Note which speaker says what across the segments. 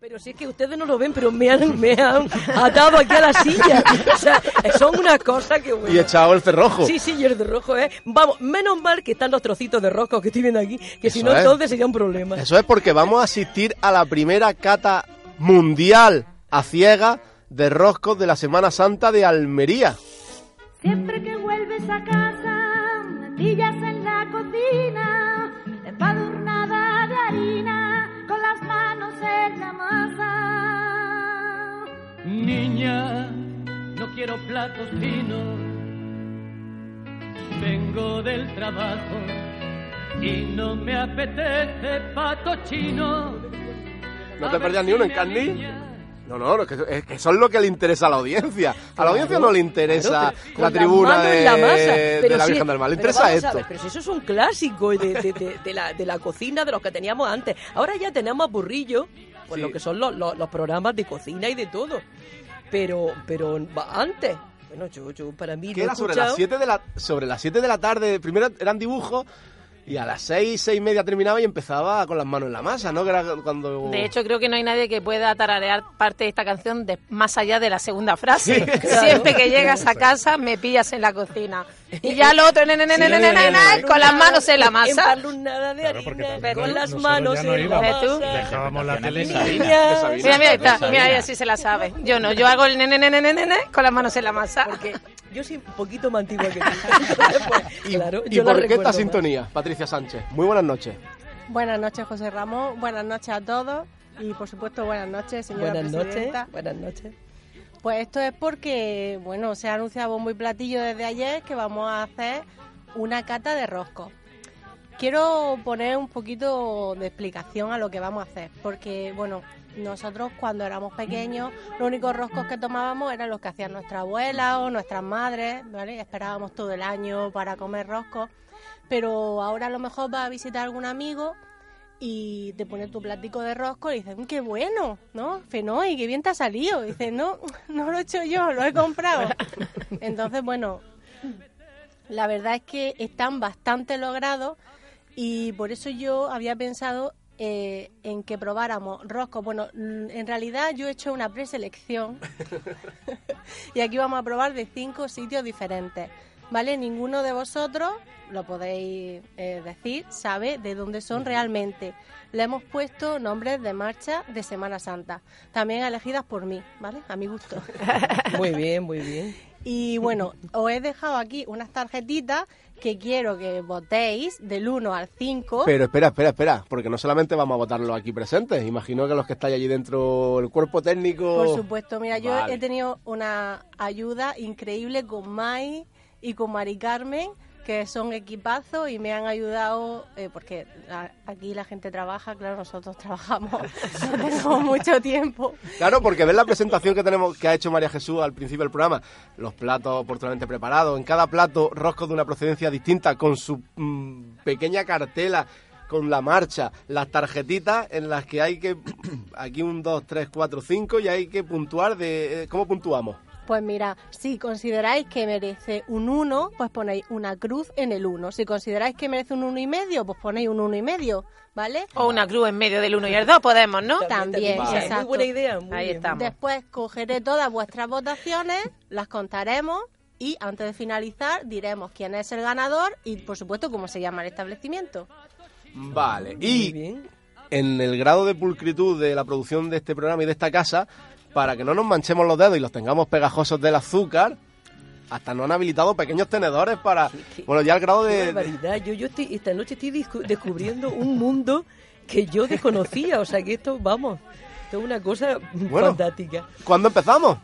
Speaker 1: Pero si es que ustedes no lo ven, pero me han, me han atado aquí a la silla. O sea, son unas cosas que bueno.
Speaker 2: Y echado el cerrojo.
Speaker 1: Sí, sí, y el de rojo, ¿eh? Vamos, menos mal que están los trocitos de rosco que estoy viendo aquí, que si
Speaker 2: Eso
Speaker 1: no
Speaker 2: es.
Speaker 1: entonces sería un problema.
Speaker 2: Eso es porque vamos a asistir a la primera cata mundial a ciega de roscos de la Semana Santa de Almería.
Speaker 3: Siempre que vuelves a casa, me pillas en la cocina, empadurnada de harina, con las manos en la masa.
Speaker 4: Niña, no quiero platos finos. Vengo del trabajo y no me apetece pato chino.
Speaker 2: No
Speaker 4: A
Speaker 2: te
Speaker 4: ver
Speaker 2: perdías
Speaker 4: si
Speaker 2: ni uno en
Speaker 4: me
Speaker 2: Candy.
Speaker 4: aliña.
Speaker 2: No, no, no, es que, es que eso es lo que le interesa a la audiencia. A la audiencia no le interesa
Speaker 1: Claro, pero
Speaker 2: la
Speaker 1: con
Speaker 2: tribuna
Speaker 1: las manos
Speaker 2: de,
Speaker 1: en la, masa.
Speaker 2: de
Speaker 1: Pero
Speaker 2: la
Speaker 1: sí-
Speaker 2: Virgen del Mar, le
Speaker 1: pero
Speaker 2: interesa
Speaker 1: vamos a
Speaker 2: esto.
Speaker 1: ver, pero si eso es un clásico de, de- de- de la, de la cocina de los que teníamos antes. Ahora ya tenemos a burrillo, pues
Speaker 2: Sí.
Speaker 1: lo que son los, los- los programas de cocina y de todo. Pero, pero va- antes, bueno, yo, yo para mí lo
Speaker 2: que
Speaker 1: he
Speaker 2: era sobre
Speaker 1: escuchado.
Speaker 2: las 7 de la sobre las 7 de la tarde, primero eran dibujos y a las 6, 6 y media terminaba y empezaba con las manos en la masa, ¿no? Que era cuando
Speaker 5: De hecho, creo que no hay nadie que pueda tararear parte de esta canción de- más allá de la segunda frase. Siempre que llegas a casa, me pillas en la cocina. Y ya lo otro, ne, ne, ne, ne, ne, ne, ne, ne, con las manos en la masa.
Speaker 1: Empanada de
Speaker 6: Claro,
Speaker 1: harina,
Speaker 6: porque también
Speaker 1: con
Speaker 6: no-
Speaker 1: las
Speaker 6: nosotros
Speaker 1: manos
Speaker 6: ya no
Speaker 1: en la
Speaker 6: íbamos.
Speaker 5: ¿Ves tú?
Speaker 1: masa.
Speaker 6: Dejábamos la tele
Speaker 1: Niñas.
Speaker 5: Mira, mira, ahí está. Mira, ella sí se la sabe. Yo no, yo hago el ne, ne, ne, ne, ne, ne, ne, con las manos en la masa.
Speaker 1: Porque yo soy un poquito más antigua que tú. Entonces, pues,
Speaker 2: ¿Y,
Speaker 1: claro,
Speaker 2: y
Speaker 1: yo la
Speaker 2: por qué
Speaker 1: recuerdo
Speaker 2: esta
Speaker 1: más.
Speaker 2: sintonía, Patricia Sánchez? Muy buenas noches.
Speaker 7: Buenas noches, José Ramón. Buenas noches a todos. Y por supuesto, buenas noches, señora
Speaker 1: Buenas noches,
Speaker 7: presidenta.
Speaker 1: buenas noches.
Speaker 7: Pues esto es porque, bueno, se ha anunciado muy platillo desde ayer que vamos a hacer una cata de roscos. Quiero poner un poquito de explicación a lo que vamos a hacer, porque, bueno, nosotros cuando éramos pequeños, los únicos roscos que tomábamos eran los que hacían nuestra abuela o nuestras madres, ¿vale? Esperábamos todo el año para comer roscos, pero ahora a lo mejor vas a visitar a algún amigo y te pone tu platico de rosco y dices, "Mm, qué bueno, ¿no? Fenoy, qué bien te ha salido. Y dices, no, no lo he hecho yo, lo he comprado. Entonces, bueno, la verdad es que están bastante logrados y por eso yo había pensado eh, en que probáramos rosco. Bueno, mm, en realidad yo he hecho una preselección y aquí vamos a probar de cinco sitios diferentes. ¿Vale? Ninguno de vosotros, lo podéis eh, decir, sabe de dónde son realmente. Le hemos puesto nombres de marcha de Semana Santa, también elegidas por mí, ¿vale? A mi gusto.
Speaker 1: Muy bien, muy bien.
Speaker 7: Y bueno, os he dejado aquí unas tarjetitas que quiero que votéis del 1 al
Speaker 1: ¿Oh?
Speaker 7: 5.
Speaker 2: Pero espera, espera, espera, porque no solamente vamos a votar los aquí presentes, imagino que los que estáis allí dentro, el cuerpo técnico...
Speaker 7: Por supuesto, mira, yo
Speaker 2: Oh, Vale.
Speaker 7: he tenido una ayuda increíble con Mai y con Mari Carmen, que son equipazos y me han ayudado, eh, porque a- aquí la gente trabaja, claro, nosotros trabajamos, no tenemos mucho tiempo.
Speaker 2: Claro, porque ves la presentación que tenemos que ha hecho María Jesús al principio del programa, los platos oportunamente preparados, en cada plato roscos de una procedencia distinta, con su mm, pequeña cartela, con la marcha, las tarjetitas en las que hay que, aquí un, dos, tres, cuatro, cinco, y hay que puntuar de, eh, ¿cómo puntuamos?
Speaker 7: Pues mira, si consideráis que merece un 1, pues ponéis una cruz en el 1. Si consideráis que merece un 1,5, y medio, pues ponéis un 1,5, y medio, ¿vale?
Speaker 5: O una cruz en medio del uno y el dos, podemos, ¿no?
Speaker 7: También,
Speaker 1: o sea, es Muy
Speaker 7: exacto.
Speaker 1: buena idea. muy
Speaker 5: Ahí
Speaker 1: bien.
Speaker 5: estamos.
Speaker 7: Después cogeré todas vuestras votaciones, las contaremos y antes de finalizar diremos quién es el ganador y por supuesto cómo se llama el establecimiento.
Speaker 2: Vale,
Speaker 1: Muy
Speaker 2: y
Speaker 1: bien.
Speaker 2: en el grado de pulcritud de la producción de este programa y de esta casa, para que no nos manchemos los dedos y los tengamos pegajosos del azúcar, hasta no han habilitado pequeños tenedores para...
Speaker 1: qué-
Speaker 2: Bueno, ya el grado
Speaker 1: Qué
Speaker 2: de... de-
Speaker 1: barbaridad. Yo, yo estoy, esta noche estoy discu- descubriendo un mundo que yo desconocía. O sea, que esto, vamos, esto es una cosa
Speaker 2: Bueno.
Speaker 1: fantástica.
Speaker 2: ¿Cuándo empezamos?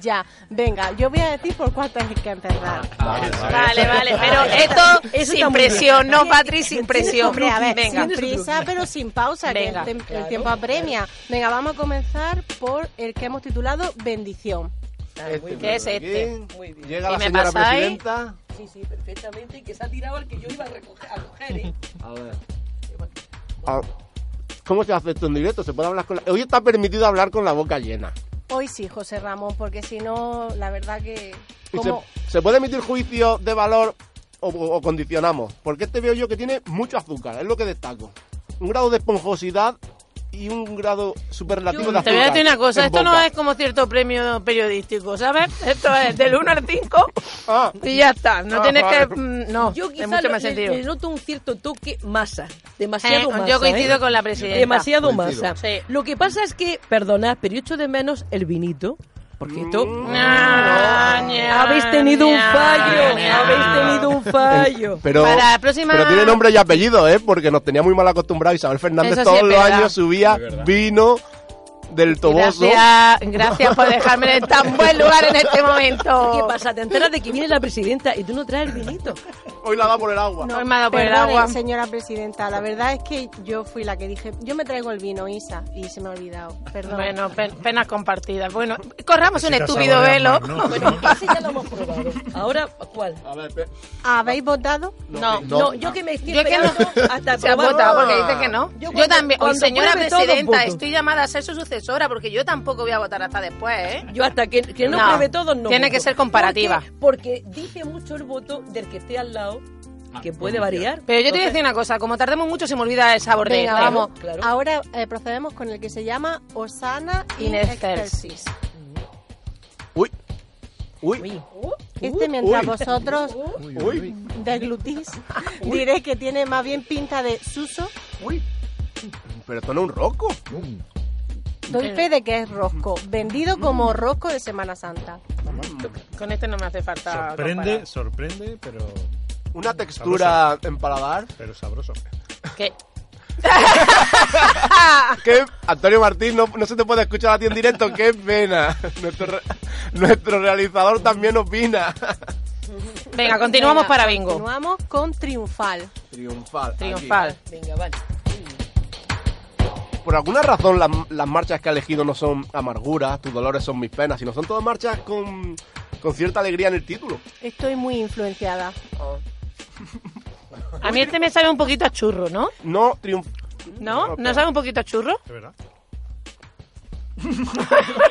Speaker 7: Ya, venga, yo voy a decir por cuánto hay que empezar.
Speaker 5: Vale, vale, pero esto
Speaker 1: Eso está
Speaker 5: sin
Speaker 1: muy bien.
Speaker 5: presión, no, Patri, sin presión.
Speaker 7: Hombre, a ver,
Speaker 5: Venga.
Speaker 7: sin prisa, pero sin pausa, que el
Speaker 5: Venga.
Speaker 7: tem- el,
Speaker 1: Claro.
Speaker 7: tiempo apremia. Venga, vamos a comenzar por el que hemos titulado Bendición.
Speaker 1: Ah, muy
Speaker 5: ¿Qué
Speaker 1: bien.
Speaker 5: es este?
Speaker 2: Aquí
Speaker 1: Muy bien.
Speaker 2: Llega
Speaker 5: ¿Y
Speaker 2: la
Speaker 5: me
Speaker 2: señora
Speaker 5: pasáis?
Speaker 2: presidenta.
Speaker 1: Sí, sí, perfectamente. Y que se ha tirado al que yo iba a, recoger, a coger. ¿eh?
Speaker 2: A ver. Ah, ¿Cómo se hace esto en directo? ¿Se puede hablar con la... Hoy está permitido hablar con la boca llena.
Speaker 7: Hoy sí, José Ramón, porque si no, la verdad que...
Speaker 2: Y se,
Speaker 7: como-
Speaker 2: se puede emitir juicio de valor o, o- o condicionamos? Porque este veo yo que tiene mucho azúcar, es lo que destaco. Un grado de esponjosidad y un grado superlativo de
Speaker 5: Te
Speaker 2: azúcar.
Speaker 5: voy a decir una cosa,
Speaker 2: en
Speaker 5: esto no
Speaker 2: boca.
Speaker 5: es como cierto premio periodístico, ¿sabes? Esto es del 1 al 5
Speaker 2: Ah,
Speaker 5: y ya está. No
Speaker 2: Ah,
Speaker 5: tienes que...
Speaker 2: vale.
Speaker 5: mm, No,
Speaker 1: Yo
Speaker 5: es
Speaker 1: quizás
Speaker 5: mucho
Speaker 1: le,
Speaker 5: más sentido.
Speaker 1: le noto un cierto toque masa,
Speaker 5: Eh,
Speaker 1: eh, demasiado masa.
Speaker 5: yo coincido
Speaker 1: ¿eh?
Speaker 5: con la presidenta.
Speaker 1: Demasiado
Speaker 2: Coincido.
Speaker 1: masa.
Speaker 5: Sí.
Speaker 1: Lo que pasa es que, perdonad, pero yo echo de menos el vinito, porque
Speaker 2: Mm.
Speaker 1: esto...
Speaker 5: Ña, ña,
Speaker 1: Habéis tenido un
Speaker 5: ña,
Speaker 1: fallo,
Speaker 5: ña.
Speaker 1: habéis tenido un fallo.
Speaker 2: Pero,
Speaker 5: Para la próxima-
Speaker 2: pero tiene nombre y apellido, ¿eh? Porque nos tenía muy mal acostumbrados. Isabel Fernández
Speaker 5: Eso sí
Speaker 2: todos
Speaker 5: es
Speaker 2: los
Speaker 5: verdad.
Speaker 2: años subía
Speaker 6: Es verdad.
Speaker 2: vino del Toboso.
Speaker 5: Gracias, gracias por dejarme en tan buen lugar en este momento.
Speaker 1: ¿Qué pasa? Te enteras de que viene la presidenta y tú no traes el vinito.
Speaker 2: Hoy la da por el agua.
Speaker 5: No, me ha dado por el
Speaker 7: Perdone,
Speaker 5: agua.
Speaker 7: señora presidenta, la verdad es que yo fui la que dije, yo me traigo el vino, Isa, y se me ha olvidado. Perdón.
Speaker 5: Bueno, pe- penas compartidas. Bueno, corramos un
Speaker 6: Así te has
Speaker 5: estúpido velo.
Speaker 6: saboreado más, ¿no?
Speaker 1: Bueno, ese ya lo hemos probado. Ahora, ¿cuál?
Speaker 2: A ver, pe-
Speaker 7: ¿Habéis votado?
Speaker 5: No,
Speaker 1: No, yo que me estoy
Speaker 5: Yo es que no.
Speaker 1: esperando hasta
Speaker 5: Se ha
Speaker 1: probar.
Speaker 5: votado porque dice que no.
Speaker 1: Yo
Speaker 5: Yo,
Speaker 1: cuando-
Speaker 5: también. Oye,
Speaker 1: cuando
Speaker 5: señora
Speaker 1: pruebe todo,
Speaker 5: presidenta,
Speaker 1: voto.
Speaker 5: estoy llamada a ser su sucesora porque yo tampoco voy a votar hasta después, ¿eh?
Speaker 1: Yo hasta que, que no,
Speaker 5: No,
Speaker 1: pruebe todo no.
Speaker 5: tiene que ser comparativa.
Speaker 1: Porque, porque dice mucho el voto del que esté al lado,
Speaker 8: Ah,
Speaker 1: que puede variar.
Speaker 5: Pero yo te voy a
Speaker 1: Entonces,
Speaker 5: decir una cosa, como tardemos mucho se me olvida el sabor de
Speaker 7: Venga,
Speaker 5: esta, ¿eh?
Speaker 7: vamos.
Speaker 1: claro.
Speaker 7: Ahora eh, procedemos con el que se llama Osana in
Speaker 5: In
Speaker 7: Excelsis.
Speaker 5: excelsis.
Speaker 2: Uy. Uy.
Speaker 1: Uy,
Speaker 7: Este, mientras
Speaker 2: Uh, uy.
Speaker 7: vosotros
Speaker 2: Uy.
Speaker 7: deglutís, diré que tiene más bien pinta de suso.
Speaker 2: Uy. Pero esto no es un roco.
Speaker 7: Doy fe de que es rosco, vendido
Speaker 2: Mm.
Speaker 7: como rosco de Semana Santa.
Speaker 5: Con este no me hace falta.
Speaker 6: Sorprende, sorprende, pero,
Speaker 2: Una textura en paladar.
Speaker 6: pero sabroso.
Speaker 5: comparar. ¿Qué?
Speaker 2: Que Antonio Martín no, no se te puede escuchar a ti en directo. Qué pena. Nuestro, re- nuestro realizador también opina.
Speaker 5: Venga, continuamos
Speaker 7: Venga,
Speaker 5: para bingo.
Speaker 7: Continuamos con Triunfal.
Speaker 2: Triunfal.
Speaker 5: Triunfal.
Speaker 1: Venga, vale.
Speaker 2: Por alguna razón las, las marchas que ha elegido no son amarguras, tus dolores son mis penas, sino son todas marchas con, con cierta alegría en el título.
Speaker 7: Estoy muy influenciada.
Speaker 5: A mí este me sabe un poquito a churro, ¿no?
Speaker 2: No triunf... pero-
Speaker 5: ¿No? ¿No sabe un poquito a churro?
Speaker 6: ¿Es verdad?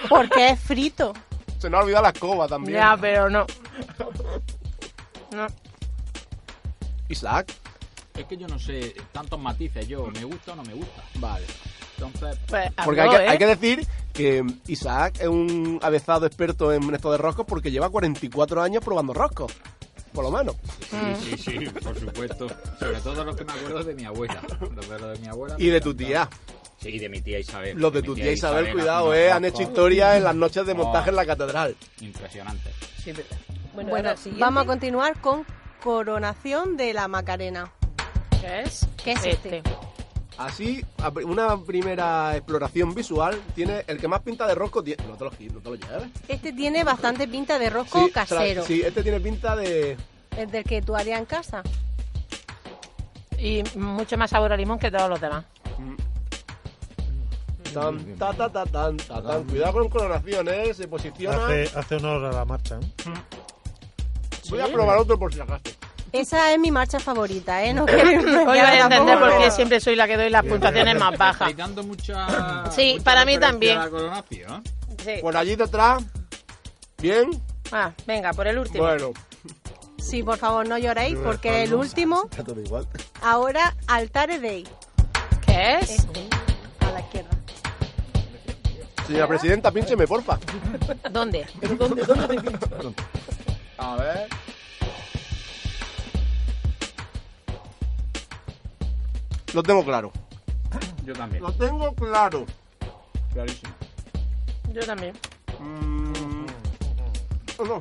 Speaker 7: Porque es frito.
Speaker 2: Se nos ha olvidado la escoba también.
Speaker 5: Ya, pero no. No.
Speaker 2: Isaac.
Speaker 8: Es que yo no sé tantos matices, yo me gusta o no me gusta. Vale. Entonces,
Speaker 5: Pues,
Speaker 2: Porque hay
Speaker 5: habló,
Speaker 2: que, hay
Speaker 5: ¿eh?
Speaker 2: que decir que Isaac es un avezado experto en esto de roscos porque lleva 44 años probando roscos. Por lo menos.
Speaker 8: sí, sí, sí, por supuesto. Sobre todo los que me acuerdo de mi abuela. Los de, los de mi abuela.
Speaker 2: Y de tu tía.
Speaker 8: Sí, de mi tía Isabel.
Speaker 2: Los de
Speaker 8: mi
Speaker 2: tu tía Isabel,
Speaker 8: hace
Speaker 2: cuidado,
Speaker 8: unos
Speaker 2: eh. Han
Speaker 8: roscos
Speaker 2: hecho historia en las noches de montaje en la catedral.
Speaker 8: Impresionantes.
Speaker 1: Sí, verdad. Bueno,
Speaker 7: Bueno,
Speaker 1: ahora, este, siguiente.
Speaker 7: vamos a continuar con Coronación de la Macarena.
Speaker 5: ¿Qué es?
Speaker 7: ¿Qué es este?
Speaker 2: Así, a pri- una primera exploración visual tiene el que más pinta de rosco. tiene- No te lo, gi- no te lo lleves.
Speaker 7: Este tiene bastante pinta de rosco
Speaker 2: tra-
Speaker 7: casero.
Speaker 2: sí, este tiene pinta de.
Speaker 7: El del que tú harías en casa.
Speaker 5: Y mucho más sabor a limón que todos los demás.
Speaker 2: Tan, ta, ta, ta, tan, ta, tan. Cuidado con coloración, eh. Se posiciona.
Speaker 6: Hace, hace honor a la marcha. ¿eh?
Speaker 2: Voy a probar otro por si acaso.
Speaker 7: Esa es mi marcha favorita, ¿eh? No quiero irme
Speaker 5: Hoy vais a
Speaker 7: tampoco,
Speaker 5: entender por qué
Speaker 7: pero-
Speaker 5: siempre soy la que doy las puntuaciones más bajas.
Speaker 8: Estáis dando mucha.
Speaker 5: Sí,
Speaker 8: mucha
Speaker 5: para mí
Speaker 8: referencia
Speaker 5: también.
Speaker 8: a la coronación, ¿eh?
Speaker 5: Sí.
Speaker 2: Por allí detrás. Bien.
Speaker 5: Ah, venga, por el último.
Speaker 2: Bueno.
Speaker 7: Sí, por favor, no lloréis porque el último,
Speaker 6: Está todo igual.
Speaker 7: ahora Altare Dei,
Speaker 5: ¿Qué es?
Speaker 7: Este, a la izquierda.
Speaker 2: Señora presidenta, píncheme, porfa.
Speaker 5: ¿Dónde?
Speaker 1: Pero ¿dónde, dónde te pincho?
Speaker 2: A ver. Lo tengo claro.
Speaker 8: Yo también.
Speaker 2: Lo tengo claro.
Speaker 8: Clarísimo.
Speaker 5: Yo también.
Speaker 2: Mm. Oh, no.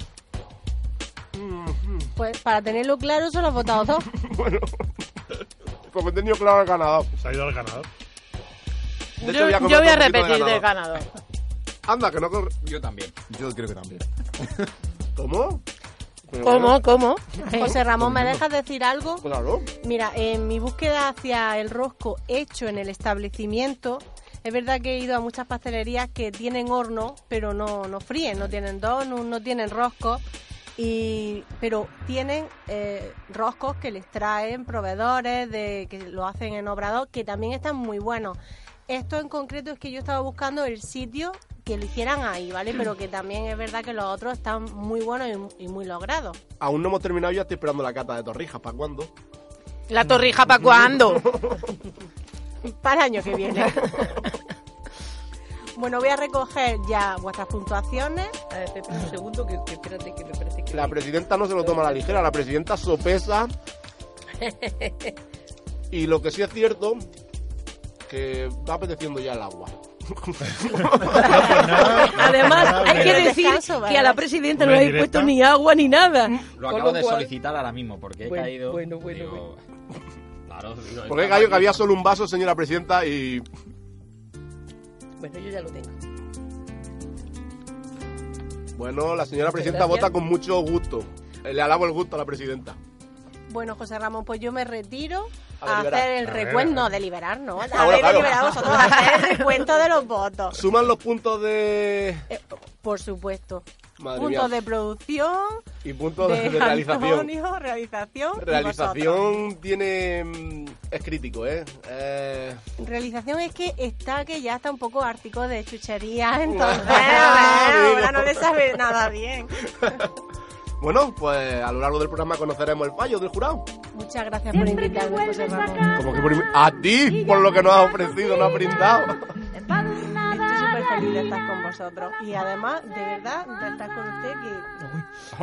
Speaker 2: Mm,
Speaker 7: Pues para tenerlo claro, solo has votado dos.
Speaker 2: Bueno. Porque he tenido claro al ganador.
Speaker 6: Se ha ido al ganador.
Speaker 2: De hecho,
Speaker 5: yo,
Speaker 2: voy a
Speaker 5: yo
Speaker 2: comer otro
Speaker 5: voy a
Speaker 2: poquito de
Speaker 5: repetir
Speaker 2: ganador.
Speaker 5: del ganador.
Speaker 2: Anda, que no corre.
Speaker 8: Yo también.
Speaker 6: Yo creo que también.
Speaker 2: ¿Cómo?
Speaker 5: ¿Cómo? ¿Cómo?
Speaker 7: José Ramón, ¿me dejas decir algo?
Speaker 2: Claro.
Speaker 7: Mira, en mi búsqueda hacia el rosco hecho en el establecimiento, es verdad que he ido a muchas pastelerías que tienen horno, pero no, no fríen, no tienen donuts, no tienen roscos, y, pero tienen eh, roscos que les traen proveedores, de, que lo hacen en Obrador, que también están muy buenos. Esto en concreto es que yo estaba buscando el sitio que lo hicieran ahí, ¿vale? Pero que también es verdad que los otros están muy buenos y, y muy logrados.
Speaker 2: Aún no hemos terminado, ya estoy esperando la cata de torrijas. ¿Para cuándo?
Speaker 5: ¿La torrija para cuándo?
Speaker 7: para el año que viene. bueno, voy a recoger ya vuestras puntuaciones.
Speaker 1: A ver, espera un segundo, que, que espérate, que me parece que...
Speaker 2: La presidenta no se lo toma a la ligera, la presidenta sopesa. Y lo que sí es cierto, que va apeteciendo ya el agua.
Speaker 1: Ah,
Speaker 2: Ah,
Speaker 1: Además, hay que
Speaker 7: Descanso,
Speaker 1: decir
Speaker 7: vale.
Speaker 1: que a la presidenta no
Speaker 6: Una
Speaker 1: le habéis
Speaker 6: directa.
Speaker 1: puesto ni agua ni nada.
Speaker 8: Lo
Speaker 1: Con
Speaker 8: acabo
Speaker 1: lo
Speaker 8: de
Speaker 1: cual-
Speaker 8: solicitar ahora mismo porque he
Speaker 1: Bueno,
Speaker 8: caído.
Speaker 1: bueno, bueno,
Speaker 8: Claro, digo,
Speaker 2: Porque
Speaker 8: estaba
Speaker 2: gallo que
Speaker 8: aquí.
Speaker 2: había solo un vaso, señora presidenta, y
Speaker 1: Bueno, yo ya lo tengo.
Speaker 2: bueno, la señora presidenta
Speaker 1: gracias.
Speaker 2: vota con mucho gusto. Eh, Le alabo el gusto a la presidenta.
Speaker 7: Bueno, José Ramón, pues yo me retiro
Speaker 2: A
Speaker 7: a,
Speaker 2: deliberar.
Speaker 7: hacer el
Speaker 6: A ver,
Speaker 7: recuento,
Speaker 6: a
Speaker 7: no, deliberar, no. A ver,
Speaker 2: Ah, bueno, claro.
Speaker 7: deliberar vosotros, a hacer el recuento de los votos.
Speaker 2: Suman los puntos de...
Speaker 7: Eh, por supuesto.
Speaker 2: Madre mía.
Speaker 7: Puntos de producción,
Speaker 2: Y puntos de,
Speaker 7: de,
Speaker 2: de realización.
Speaker 7: Antonio, realización. y vosotros.
Speaker 2: Realización tiene... mm, Es crítico, ¿eh? eh
Speaker 7: Realización es que está que ya está un poco ártico de chuchería, entonces
Speaker 2: Ah,
Speaker 7: bueno,
Speaker 2: digo.
Speaker 7: ahora no le sabe nada bien.
Speaker 2: bueno, pues a lo largo del programa conoceremos el fallo del jurado.
Speaker 7: Muchas gracias por
Speaker 3: Siempre que
Speaker 7: invitarme, José
Speaker 3: vuelves a
Speaker 7: Ramón.
Speaker 3: casa.
Speaker 2: Como que por- a ti, por lo que nos has ofrecido, no has brindado.
Speaker 7: Estoy súper feliz de estar con vosotros. Y además, de verdad, de estar con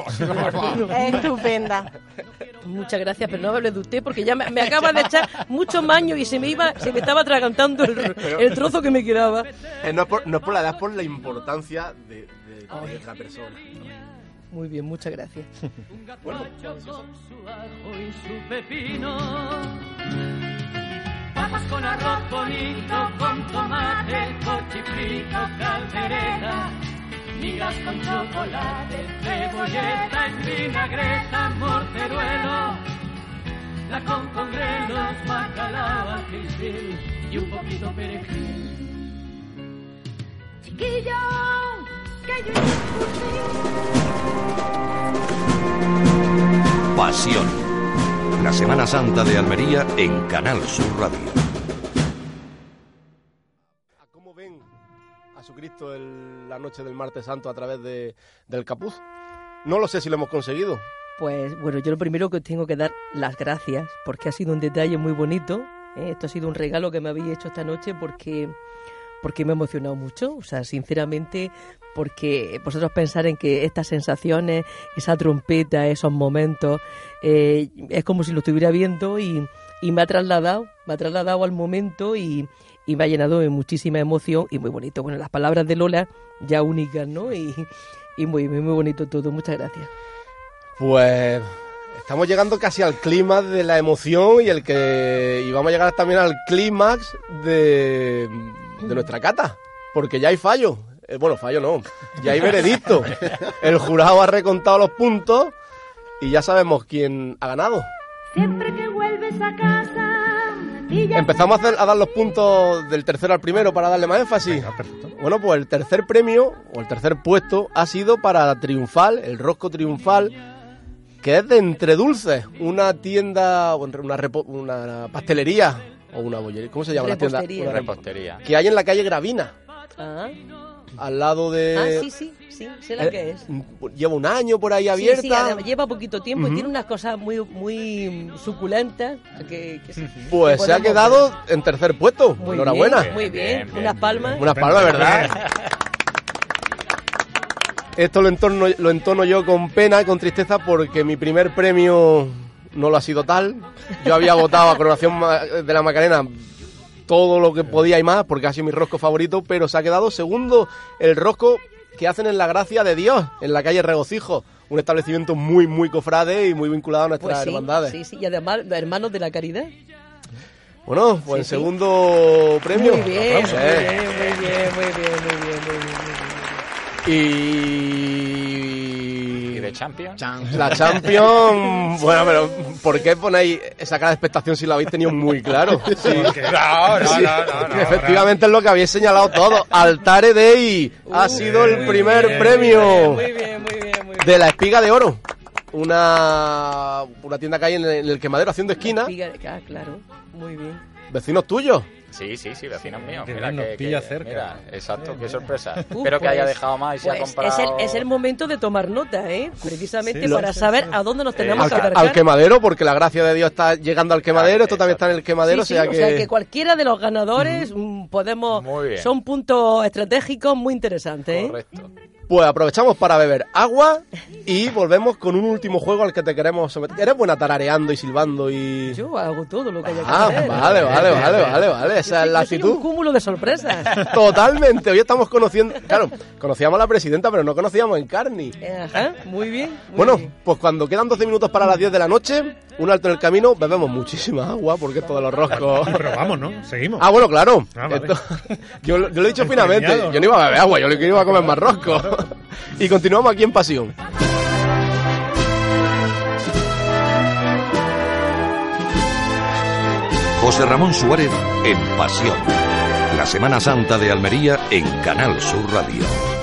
Speaker 7: usted que es estupenda.
Speaker 1: Muchas gracias, pero no hables de usted porque ya me, me acaba de echar mucho maño y se me iba, se me estaba atragantando el, el trozo que me quedaba.
Speaker 2: Eh, no, es por, no es por la edad, es por la importancia de, de- de la persona.
Speaker 1: Muy bien, muchas gracias.
Speaker 4: con su ajo y su pepino. Papas con arroz bonito, con tomate, con chifrito, caldereta. Migas con chocolate, cebolleta en vinagreta, morteruelo. La con con grelos, bacalao al pisil y un poquito perejil.
Speaker 3: Chiquillo, que yo iré por ti.
Speaker 9: Pasión. La Semana Santa de Almería en Canal Sur Radio.
Speaker 2: ¿A cómo ven a su Cristo el- la noche del martes santo a través de, del capuz? No lo sé si lo hemos conseguido.
Speaker 1: Pues bueno, yo lo primero que os tengo que dar las gracias porque ha sido un detalle muy bonito. ¿eh? Esto ha sido un regalo que me habéis hecho esta noche porque, porque me ha emocionado mucho. O sea, sinceramente, porque vosotros pensar en que estas sensaciones, esa trompeta, esos momentos, eh, es como si lo estuviera viendo y, y me ha trasladado, me ha trasladado al momento y, y me ha llenado de muchísima emoción y muy bonito. Bueno, las palabras de Lola ya únicas, ¿no? Y, y muy, muy muy bonito todo. Muchas gracias.
Speaker 2: Pues estamos llegando casi al clima de la emoción y el que y vamos a llegar también al clímax de, de nuestra cata, porque ya hay fallo. Eh, bueno, fallo no, ya hay veredicto. El jurado ha recontado los puntos y ya sabemos quién ha ganado.
Speaker 3: Siempre que vuelves a casa, me pillas
Speaker 2: Empezamos a, hacer- a dar los puntos del tercero al primero para darle más énfasis. Bueno, pues el tercer premio o el tercer puesto ha sido para Triunfal, el rosco triunfal, que es de Entre Dulces, una tienda, o una, repo- una pastelería o una bollería, ¿cómo se llama la tienda?
Speaker 1: Repostería.
Speaker 2: Una repo-
Speaker 8: Repostería.
Speaker 2: que hay en la calle Gravina,
Speaker 1: Ah,
Speaker 2: al lado de.
Speaker 1: ah, sí, sí, sí, sé la
Speaker 2: eh,
Speaker 1: que es.
Speaker 2: Lleva un año por ahí
Speaker 1: Sí,
Speaker 2: abierta.
Speaker 1: sí, además, lleva poquito tiempo y
Speaker 2: Ujú.
Speaker 1: tiene unas cosas muy muy suculentas. Que, que sí.
Speaker 2: pues se ha
Speaker 1: Podemos-
Speaker 2: quedado en tercer puesto.
Speaker 1: Muy
Speaker 2: Enhorabuena.
Speaker 1: bien, muy bien,
Speaker 8: Bien, bien,
Speaker 1: unas palmas.
Speaker 2: Una palma, ¿verdad? Esto lo entorno, lo entono yo con pena y con tristeza porque mi primer premio no lo ha sido tal. Yo había votado a Coronación Ma- de la Macarena todo lo que podía y más porque ha sido mi rosco favorito, pero se ha quedado segundo el rosco que hacen en la gracia de Dios, en la calle Regocijo. Un establecimiento muy, muy cofrade y muy vinculado a nuestras
Speaker 1: Pues sí,
Speaker 2: hermandades.
Speaker 1: sí, sí, y además hermanos de la caridad.
Speaker 2: Bueno, pues el
Speaker 1: Sí, sí.
Speaker 2: segundo premio.
Speaker 1: Muy bien,
Speaker 2: Aplausos,
Speaker 1: muy
Speaker 2: eh.
Speaker 1: bien, muy bien, muy bien, muy bien, muy bien, muy bien.
Speaker 2: Y...
Speaker 8: Y de Champions.
Speaker 2: La Champions... Bueno, pero ¿por qué ponéis esa cara de expectación si lo habéis tenido muy claro? Sí.
Speaker 6: Porque- No, no,
Speaker 2: Sí.
Speaker 6: no, no, no,
Speaker 2: Efectivamente es lo que habéis señalado todo. Altare Dei ha sido el primer
Speaker 6: bien,
Speaker 2: premio
Speaker 1: Muy bien, muy bien, muy bien.
Speaker 2: de la Espiga de Oro. Una, una tienda que hay en el, en el quemadero haciendo esquina.
Speaker 1: Fíjate, ah, claro, muy bien.
Speaker 2: Vecinos tuyos.
Speaker 10: Sí, sí, sí, vecinos míos.
Speaker 6: que
Speaker 10: Mira,
Speaker 6: nos
Speaker 10: que,
Speaker 6: pilla
Speaker 10: que-
Speaker 6: cerca.
Speaker 10: mira, exacto, qué sorpresa.
Speaker 1: Uh,
Speaker 10: Espero que haya
Speaker 1: pues-
Speaker 10: dejado más y se ha
Speaker 1: pues
Speaker 10: comprado.
Speaker 1: es, el, es el momento de tomar nota, ¿eh? Precisamente
Speaker 6: Sí, lo-
Speaker 1: para saber a dónde nos tenemos
Speaker 2: Al,
Speaker 1: que
Speaker 10: Exacto.
Speaker 2: al
Speaker 1: acercar.
Speaker 2: quemadero, porque la gracia de Dios está llegando al quemadero, esto también está en el quemadero,
Speaker 1: Sí, sí,
Speaker 2: o sea que...
Speaker 1: cualquiera de los ganadores mm, podemos...
Speaker 10: Muy bien.
Speaker 1: Son puntos estratégicos muy interesantes, ¿eh?
Speaker 10: Correcto.
Speaker 2: Pues aprovechamos para beber agua y volvemos con un último juego al que te queremos someter. Eres buena tarareando y silbando y...
Speaker 1: Yo hago todo lo que haya que
Speaker 2: Ah,
Speaker 1: hacer.
Speaker 2: vale, vale, vale, vale, vale.
Speaker 1: Yo
Speaker 2: Esa
Speaker 1: soy-
Speaker 2: es la
Speaker 1: yo soy un
Speaker 2: actitud.
Speaker 1: cúmulo de sorpresas.
Speaker 2: Totalmente, hoy estamos conociendo, claro, conocíamos a la presidenta, pero no conocíamos en Carni.
Speaker 1: Ajá, muy bien. muy
Speaker 2: Bueno,
Speaker 1: bien.
Speaker 2: pues cuando quedan 12 minutos para las 10 de la noche, un alto en el camino, bebemos muchísima agua porque esto de los roscos.
Speaker 6: Pero vamos, ¿no? Seguimos.
Speaker 2: Ah, bueno, claro.
Speaker 6: Ah, vale.
Speaker 2: Esto- yo, lo- yo lo he dicho
Speaker 6: El
Speaker 2: finamente,
Speaker 6: premiado, ¿no?
Speaker 2: yo no iba a beber agua, yo lo que iba a comer más roscos. y continuamos aquí en Pasión.
Speaker 9: José Ramón Suárez en Pasión. La Semana Santa de Almería en Canal Sur Radio.